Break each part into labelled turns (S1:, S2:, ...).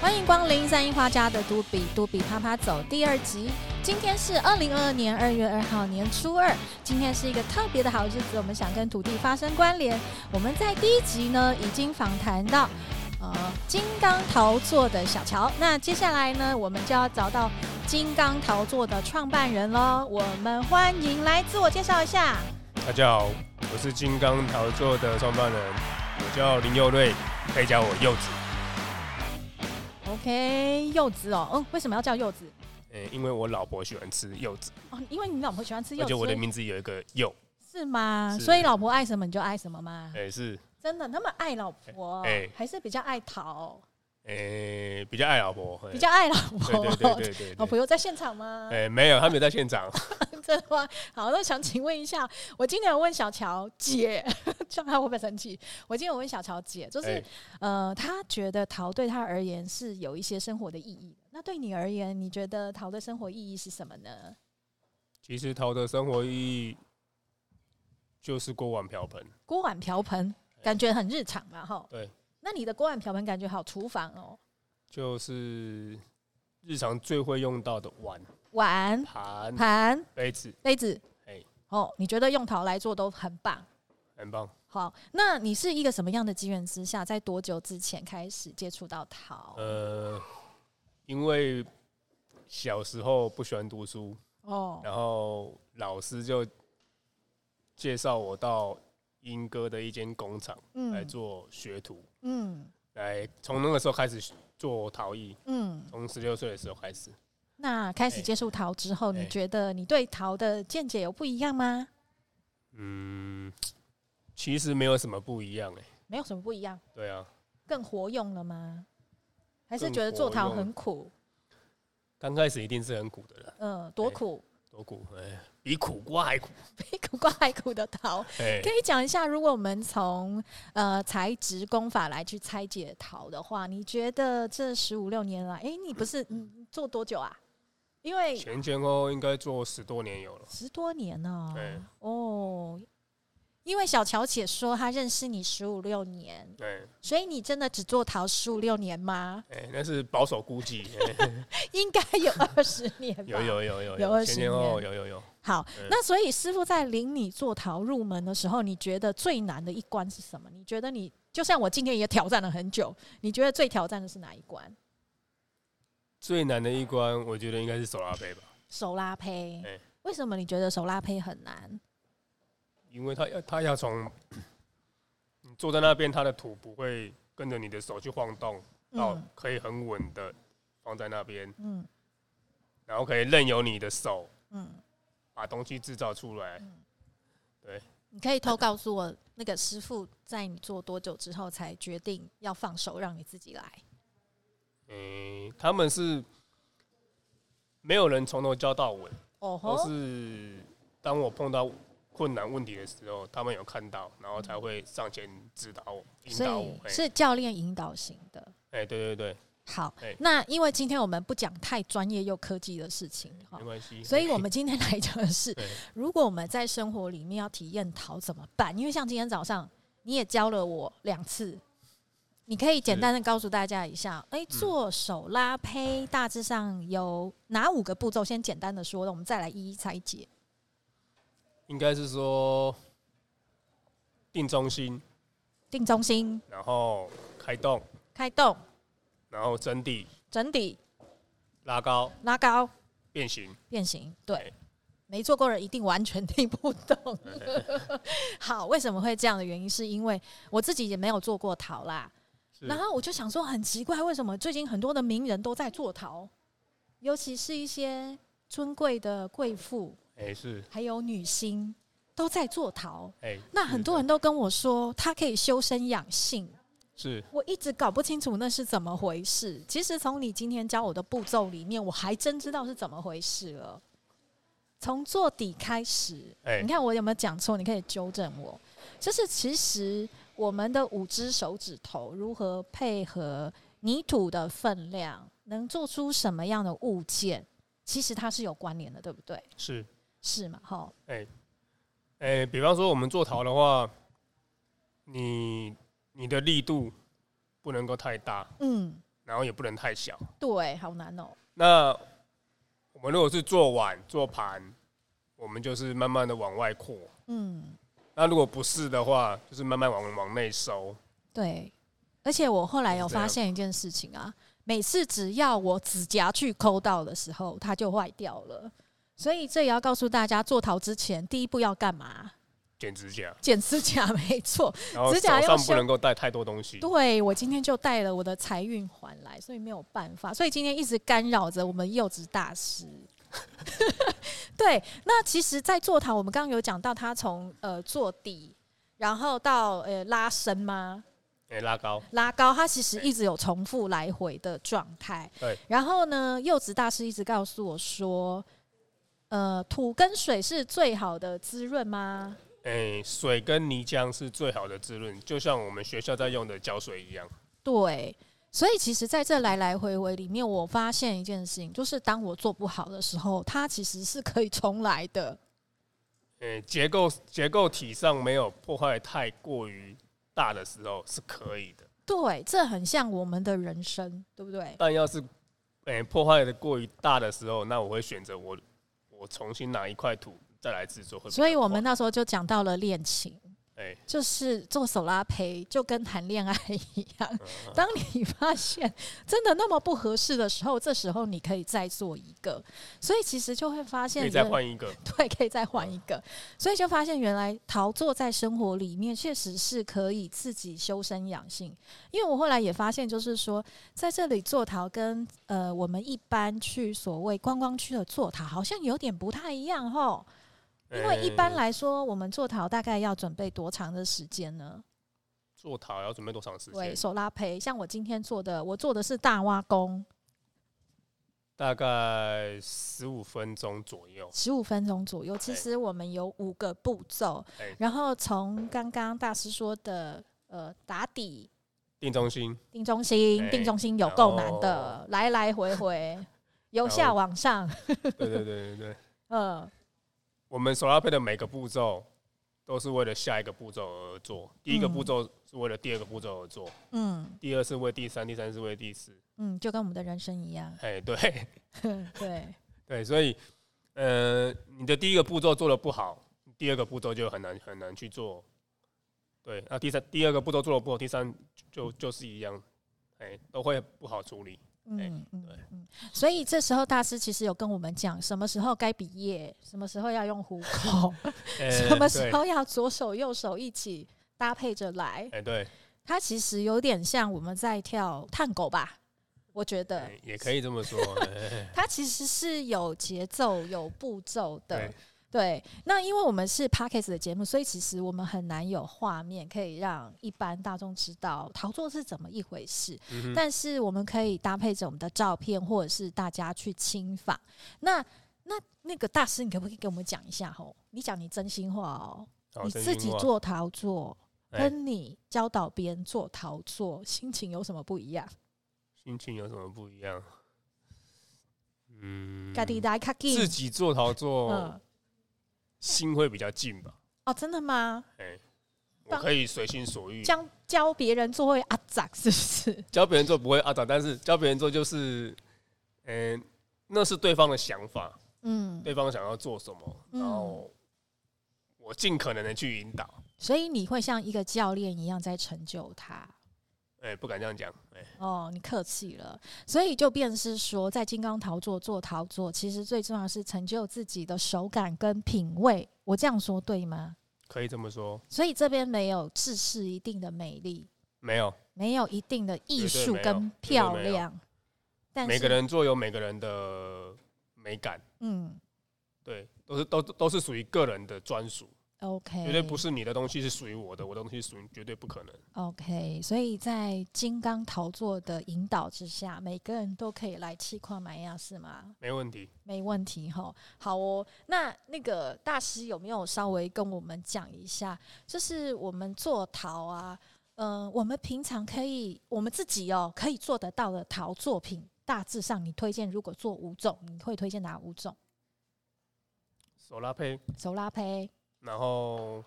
S1: 欢迎光临三樱花家的嘟比嘟比啪啪走第二集。今天是二零二二年二月二号年初二，今天是一个特别的好日子，我们想跟土地发生关联。我们在第一集呢已经访谈到。呃，金刚陶作的小乔，那接下来呢，我们就要找到金刚陶作的创办人喽。我们欢迎来自我介绍一下。
S2: 大家好，我是金刚陶作的创办人，我叫林佑瑞，可以叫我柚子。
S1: OK，柚子哦，嗯，为什么要叫柚子？
S2: 诶、因为我老婆喜欢吃柚子，
S1: 哦，因为你老婆喜欢吃柚
S2: 而
S1: 子，
S2: 且我的
S1: 所以
S2: 名字有一个柚，
S1: 是吗？
S2: 是
S1: 所以老婆爱什么你就爱什么吗？
S2: 诶、是
S1: 真的那么爱老婆，
S2: 哎哎
S1: 还是比较爱桃，
S2: 诶、比较爱老婆，诶
S1: 比较爱老婆。
S2: 对对对哎对对
S1: 老
S2: 对
S1: 婆有在现场吗？
S2: 诶、没有，他没有在现场。
S1: 这话好，那想请问一下，我今天有问小乔姐， 这样她会不会生气？我今天有问小乔姐，就是、
S2: 诶
S1: 呃，她觉得桃对她而言是有一些生活的意义的。那对你而言，你觉得桃的生活意义是什么呢？
S2: 其实陶的生活意义就是锅碗瓢盆，
S1: 锅碗瓢盆感觉很日常嘛，哈。
S2: 哎对。
S1: 那你的锅碗瓢盆感觉好厨房哦，
S2: 就是日常最会用到的碗、
S1: 碗、
S2: 盘、
S1: 盘、
S2: 杯子，
S1: 杯子，
S2: 哎
S1: 哦，你觉得用陶来做都很棒。
S2: 很棒。
S1: 好，那你是一个什么样的机缘之下，在多久之前开始接触到陶？
S2: 呃，因为小时候不喜欢读书，
S1: 哦，
S2: 然后老师就介绍我到英哥的一间工厂来
S1: 嗯
S2: 做学徒，
S1: 嗯
S2: 来从那个时候开始做陶艺，
S1: 嗯。
S2: 从十六岁的时候开始。
S1: 那开始
S2: 哎
S1: 接触陶之后，你
S2: 哎
S1: 觉得你对陶的见解有不一样吗？
S2: 嗯，其实没有什么不一样哎、
S1: 没有什么不一样，
S2: 对啊，
S1: 更活用了吗？还是
S2: 更
S1: 觉得做
S2: 活
S1: 陶
S2: 用
S1: 很苦？
S2: 刚开始一定是很苦的啦，
S1: 嗯，多
S2: 哎
S1: 苦，
S2: 多苦哎、比苦瓜还苦
S1: 比苦瓜还苦的陶。
S2: 哎、
S1: 可以讲一下，如果我们从呃材质工法来去拆解陶的话，你觉得这十五六年来，哎、你不 是你你做多久啊？因为
S2: 前前后后应该做十多年有了，
S1: 十多年呢、
S2: 对
S1: 哦，因为小乔姐说她认识你十五六年，
S2: 哎、
S1: 所以你真的只做陶十五六年吗？
S2: 哎、那是保守估计，哎
S1: 应该有二十年吧。
S2: 有。有有有
S1: 有二
S2: 前
S1: 十
S2: 前后后
S1: 年
S2: 有有有，
S1: 好
S2: 嗯，
S1: 那所以师傅在领你做陶入门的时候，你觉得最难的一关是什么？你觉得你就像我今天也挑战了很久，你觉得最挑战的是哪一关？
S2: 最难的一关，我觉得应该是手拉胚吧。
S1: 手拉胚。
S2: 哎
S1: 为什么你觉得手拉胚很难？
S2: 因为他要他要从你坐在那边，他的土不会跟着你的手去晃动，到
S1: 嗯
S2: 可以很稳的放在那边，
S1: 嗯
S2: 然后可以任由你的手
S1: 嗯，
S2: 把东西制造出来。
S1: 你可以偷告诉我，那个师傅在你做多久之后才决定要放手让你自己来？嗯
S2: 诶、他们是没有人从头教到尾，
S1: 哦
S2: 都
S1: 吼，
S2: 是当我碰到困难问题的时候，他们有看到，然后才会上前指导我、引
S1: 所
S2: 导我
S1: 以。
S2: 哎、
S1: 是教练引导型的。
S2: 哎对对对，
S1: 好
S2: 哎，
S1: 那因为今天我们不讲太专业又科技的事情哈
S2: 没，关系。
S1: 所以我们今天来讲的是，
S2: 对
S1: 如果我们在生活里面要体验陶怎么办？因为像今天早上你也教了我两次，你可以简单的告诉大家一下，哎、做手拉胚大致上有哪五个步骤？先简单的说，我们再来一一拆解。
S2: 应该是说定中心。
S1: 定中心、
S2: 然后开动，
S1: 开动、
S2: 然后真地
S1: 整底、
S2: 拉高
S1: 拉高、
S2: 变形，
S1: 变形，对
S2: 哎。
S1: 没做过的人一定完全听不懂。 好，为什么会这样的原因，是因为我自己也没有做过陶啦，
S2: 是
S1: 然后我就想说，很奇怪，为什么最近很多的名人都在做陶，尤其是一些尊贵的贵妇，
S2: 哎、是
S1: 还有女星都在做陶。
S2: 哎、
S1: 那很多
S2: 人
S1: 人都跟我说，它可以修身养性，
S2: 是
S1: 我一直搞不清楚那是怎么回事。其实从你今天教我的步骤里面，我还真知道是怎么回事了。从做底开始，
S2: 哎
S1: 你看我有没有讲错？你可以纠正我。就是其实我们的五只手指头如何配合泥土的分量，能做出什么样的物件，其实它是有关联的，对不对？
S2: 是
S1: 是嘛？哈，
S2: 哎、比方说我们做陶的话，你你的力度不能够太大，
S1: 嗯，
S2: 然后也不能太小。
S1: 对，好难哦。
S2: 那我们如果是做碗做盘，我们就是慢慢的往外扩；
S1: 嗯，
S2: 那如果不是的话，就是慢慢往往内收。
S1: 对。而且我后来有
S2: 就是这样
S1: 发现一件事情啊，每次只要我指甲去抠到的时候，它就坏掉了。所以这也要告诉大家，做陶之前第一步要干嘛？
S2: 剪指甲，
S1: 剪指甲，没错。
S2: 然后
S1: 指
S2: 手
S1: 甲要
S2: 上
S1: 修
S2: 不能够带太多东西。
S1: 对我今天就带了我的财运环来，所以没有办法，所以今天一直干扰着我们柚子大师。 对，那其实，在座堂我们刚刚有讲到，他从呃做底，然后到呃拉伸吗？
S2: 哎、拉高，
S1: 拉高，它其实一直有重复来回的状态。
S2: 对，
S1: 然后呢，柚子大师一直告诉我说，呃，土跟水是最好的滋润吗？
S2: 哎、水跟泥浆是最好的滋润，就像我们学校在用的胶水一样。
S1: 对，所以其实在这来来回回里面，我发现一件事情，就是当我做不好的时候，它其实是可以重来的。
S2: 哎、结构结构体上没有破坏太过于大的时候是可以的，
S1: 对，这很像我们的人生，对不对？
S2: 但要是哎、破坏的过于大的时候，那我会选择我我重新拿一块土再来制作会比较快。
S1: 所以我们那时候就讲到了恋情，
S2: 哎、
S1: 就是做手拉胚，就跟谈恋爱一样。
S2: 嗯
S1: 当你发现真的那么不合适的时候，这时候你可以再做一个，所以其实就会发现
S2: 可以再换一个。
S1: 对，可以再换一个。所以就发现原来陶作在生活里面确实是可以自己修身养性。因为我后来也发现，就是说在这里做陶跟呃我们一般去所谓观光区的做陶好像有点不太一样吼。因为一般
S2: 哎
S1: 来说，我们做陶大概要准备多长的时间呢？
S2: 做陶要准备多长时
S1: 对
S2: 间？
S1: 手拉胚，像我今天做的，我做的是大挖工，
S2: 大概十五分钟左右。
S1: 十五分钟左右。其
S2: 对
S1: 实我们有五个步骤
S2: 对，
S1: 然后从刚刚大师说的呃打底、
S2: 定中 心，
S1: 定中心、
S2: 对
S1: 定中心有够难的，来来回 回，由下往上，
S2: 对对对对对。
S1: 呃，
S2: 我们手拉配的每个步骤都是为了下一个步骤而做，第一个
S1: 嗯
S2: 步骤是为了第二个步骤而做，
S1: 嗯
S2: 第二是为第三，第三是为第四。
S1: 嗯，就跟我们的人生一样，
S2: 哎，对
S1: 对，
S2: 对，所以呃，你的第一个步骤做的不好，第二个步骤就很难很难去做。对，那第三第二个步骤做的不好，第三就就是一样，哎，都会不好处理。
S1: 嗯嗯
S2: 哎对
S1: 嗯，所以这时候大师其实有跟我们讲，什么时候该毕业，什么时候要用虎口，
S2: 呃
S1: 什么时
S2: 对
S1: 候要左手右手一起搭配着来，
S2: 哎，对，
S1: 它其实有点像我们在跳探狗吧，我觉得
S2: 哎也可以这么说。哎
S1: 它其实是有节奏、有步骤的。
S2: 对
S1: 对，那因为我们是 p a c k a s e 的节目，所以其实我们很难有画面可以让一般大众知道陶作是怎么一回事。
S2: 嗯哼
S1: 但是我们可以搭配着我们的照片，或者是大家去亲访。那那那个大师，你可不可以给我们讲一下？吼，你讲你真心话哦，
S2: 好
S1: 你
S2: 真
S1: 自
S2: 心
S1: 己
S2: 话
S1: 做陶作，
S2: 哎
S1: 跟你教导别人做陶作，心情有什么不一样？
S2: 心情有什么不一样？嗯，
S1: 嘎滴来卡进
S2: 自己哦做陶作，
S1: 嗯，
S2: 心会比较静吧。
S1: 哦，真的吗？
S2: 哎、我
S1: 当
S2: 可以随心所欲，
S1: 教教别人做会阿杂是不 是？
S2: 教别人做不会阿杂，但是教别人做就是，嗯、那是对方的想法，
S1: 嗯，
S2: 对方想要做什么，
S1: 嗯
S2: 然后我尽可能的去引导。
S1: 所以你会像一个教练一样在成就他。
S2: 哎、不敢这样讲，哎、
S1: 哦，你客气了，所以就便是说，在金刚陶作做陶作，其实最重要的是成就自己的手感跟品味。我这样说对吗？
S2: 可以这么说，
S1: 所以这边没有自视一定的美丽，
S2: 没有，
S1: 没有一定的艺
S2: 绝对
S1: 术
S2: 没有
S1: 跟
S2: 绝对
S1: 漂
S2: 没有
S1: 亮，但是
S2: 每个人做有每个人的美感，
S1: 嗯
S2: 对，都是都都是属于个人的专属，
S1: ，OK，
S2: 绝对不是你的东西是属于我的，我的东西属于绝对不可能。
S1: OK，所以在金刚陶作的引导之下，每个人都可以来气矿买亚是吗？
S2: 没问题。
S1: 没问题哈。好哦，那那个大师有没有稍微跟我们讲一下，就是我们做陶啊，嗯、我们平常可以我们自己哦可以做得到的陶作品，大致上你推荐如果做五种，你会推荐哪五种？
S2: 手拉胚，
S1: 手拉胚，
S2: 然后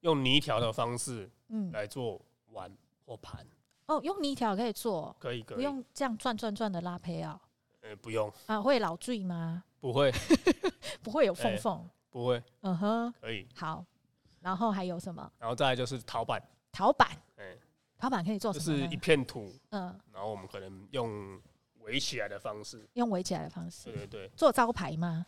S2: 用泥条的方式
S1: 嗯，
S2: 来做碗或盘。
S1: 哦，用泥条可以做，哦
S2: 可以可以，
S1: 不用这样转转转的拉胚啊、
S2: 呃不用，
S1: 啊，会老坠吗？
S2: 不会
S1: 不会有缝
S2: 哎
S1: 缝。
S2: 不会
S1: 嗯哼，
S2: 可以。
S1: 好。然后还有什么？
S2: 然后再来就是陶板，
S1: 陶板，
S2: 哎，
S1: 陶板可以做
S2: 就
S1: 哦什么
S2: 是
S1: 呢？
S2: 一片土，
S1: 嗯，
S2: 然后我们可能用围起来的方式，
S1: 用围起来的方
S2: 对
S1: 式
S2: 对对，
S1: 做招牌吗？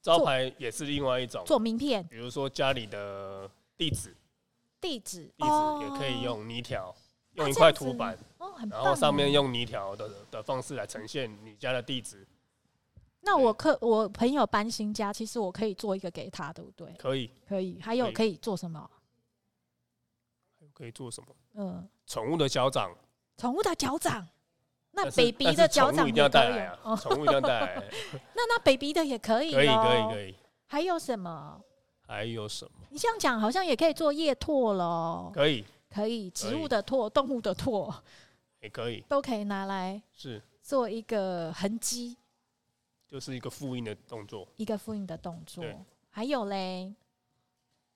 S2: 招牌也是另外一种，
S1: 做名片、
S2: 比如说家里的地址，
S1: 地址，
S2: 地址也可以
S1: 哦
S2: 用泥条，
S1: 那
S2: 用一
S1: 这
S2: 块
S1: 样
S2: 土
S1: 子
S2: 板，
S1: 哦，很棒
S2: 然
S1: 耶。
S2: 后上面用泥条的的方式来呈现你家的地址，
S1: 那我可我朋友搬新家，其实我可以做一个给他，对不对？
S2: 可以
S1: 可以。还有
S2: 可以
S1: 可以做什么？
S2: 可以做什么？
S1: 嗯，
S2: 宠物的脚掌，
S1: 宠物的脚掌，那
S2: 但是
S1: baby
S2: 但
S1: 的
S2: 是
S1: 脚
S2: 宠
S1: 掌
S2: 物一
S1: 也
S2: 定要
S1: 可
S2: 带
S1: 以
S2: 来
S1: 哦。
S2: 啊， 宠物一定要带 来，
S1: 那那 baby 的也可以，
S2: 可以可以
S1: 以。
S2: 可以。
S1: 还有什么？
S2: 还有什么？
S1: 你这样讲好像也可以做叶拓喽，
S2: 可以
S1: 可以植
S2: 可以
S1: 物的拓、动物的拓
S2: 也哎可以
S1: 都可以拿来
S2: 是，
S1: 做一个痕迹、
S2: 就是一个复印的动作，
S1: 一个复印的动作
S2: 对。
S1: 还有嘞，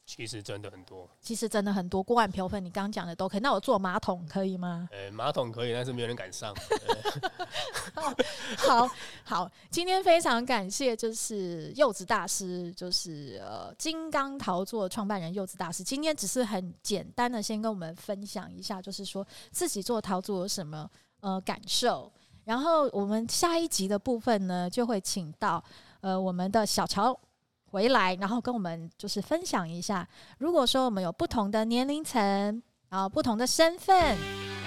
S2: 其实真的很多。
S1: 其实真的很多锅碗瓢盆，你刚刚讲的都可以。那我做马桶可以吗？
S2: 呃，马桶可以，但是没有人敢上。呃
S1: 好好，今天非常感谢，就是柚子大师，就是呃金刚陶作创办人柚子大师。今天只是很简单的先跟我们分享一下，就是说自己做陶作有什么呃感受。然后我们下一集的部分呢，就会请到呃我们的小乔回来，然后跟我们就是分享一下，如果说我们有不同的年龄层，然后不同的身份，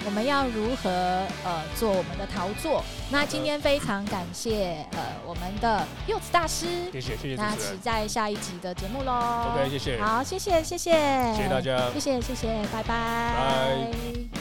S1: 我们要如何呃做我们的陶作？那今天非常感谢呃我们的柚子大师，
S2: 谢谢谢谢主
S1: 那
S2: 持
S1: 期
S2: 人
S1: 待下一集的节目喽。
S2: ，OK，谢谢，
S1: 好，谢谢谢谢，
S2: 谢谢大家。
S1: 谢谢谢谢，拜拜。
S2: 拜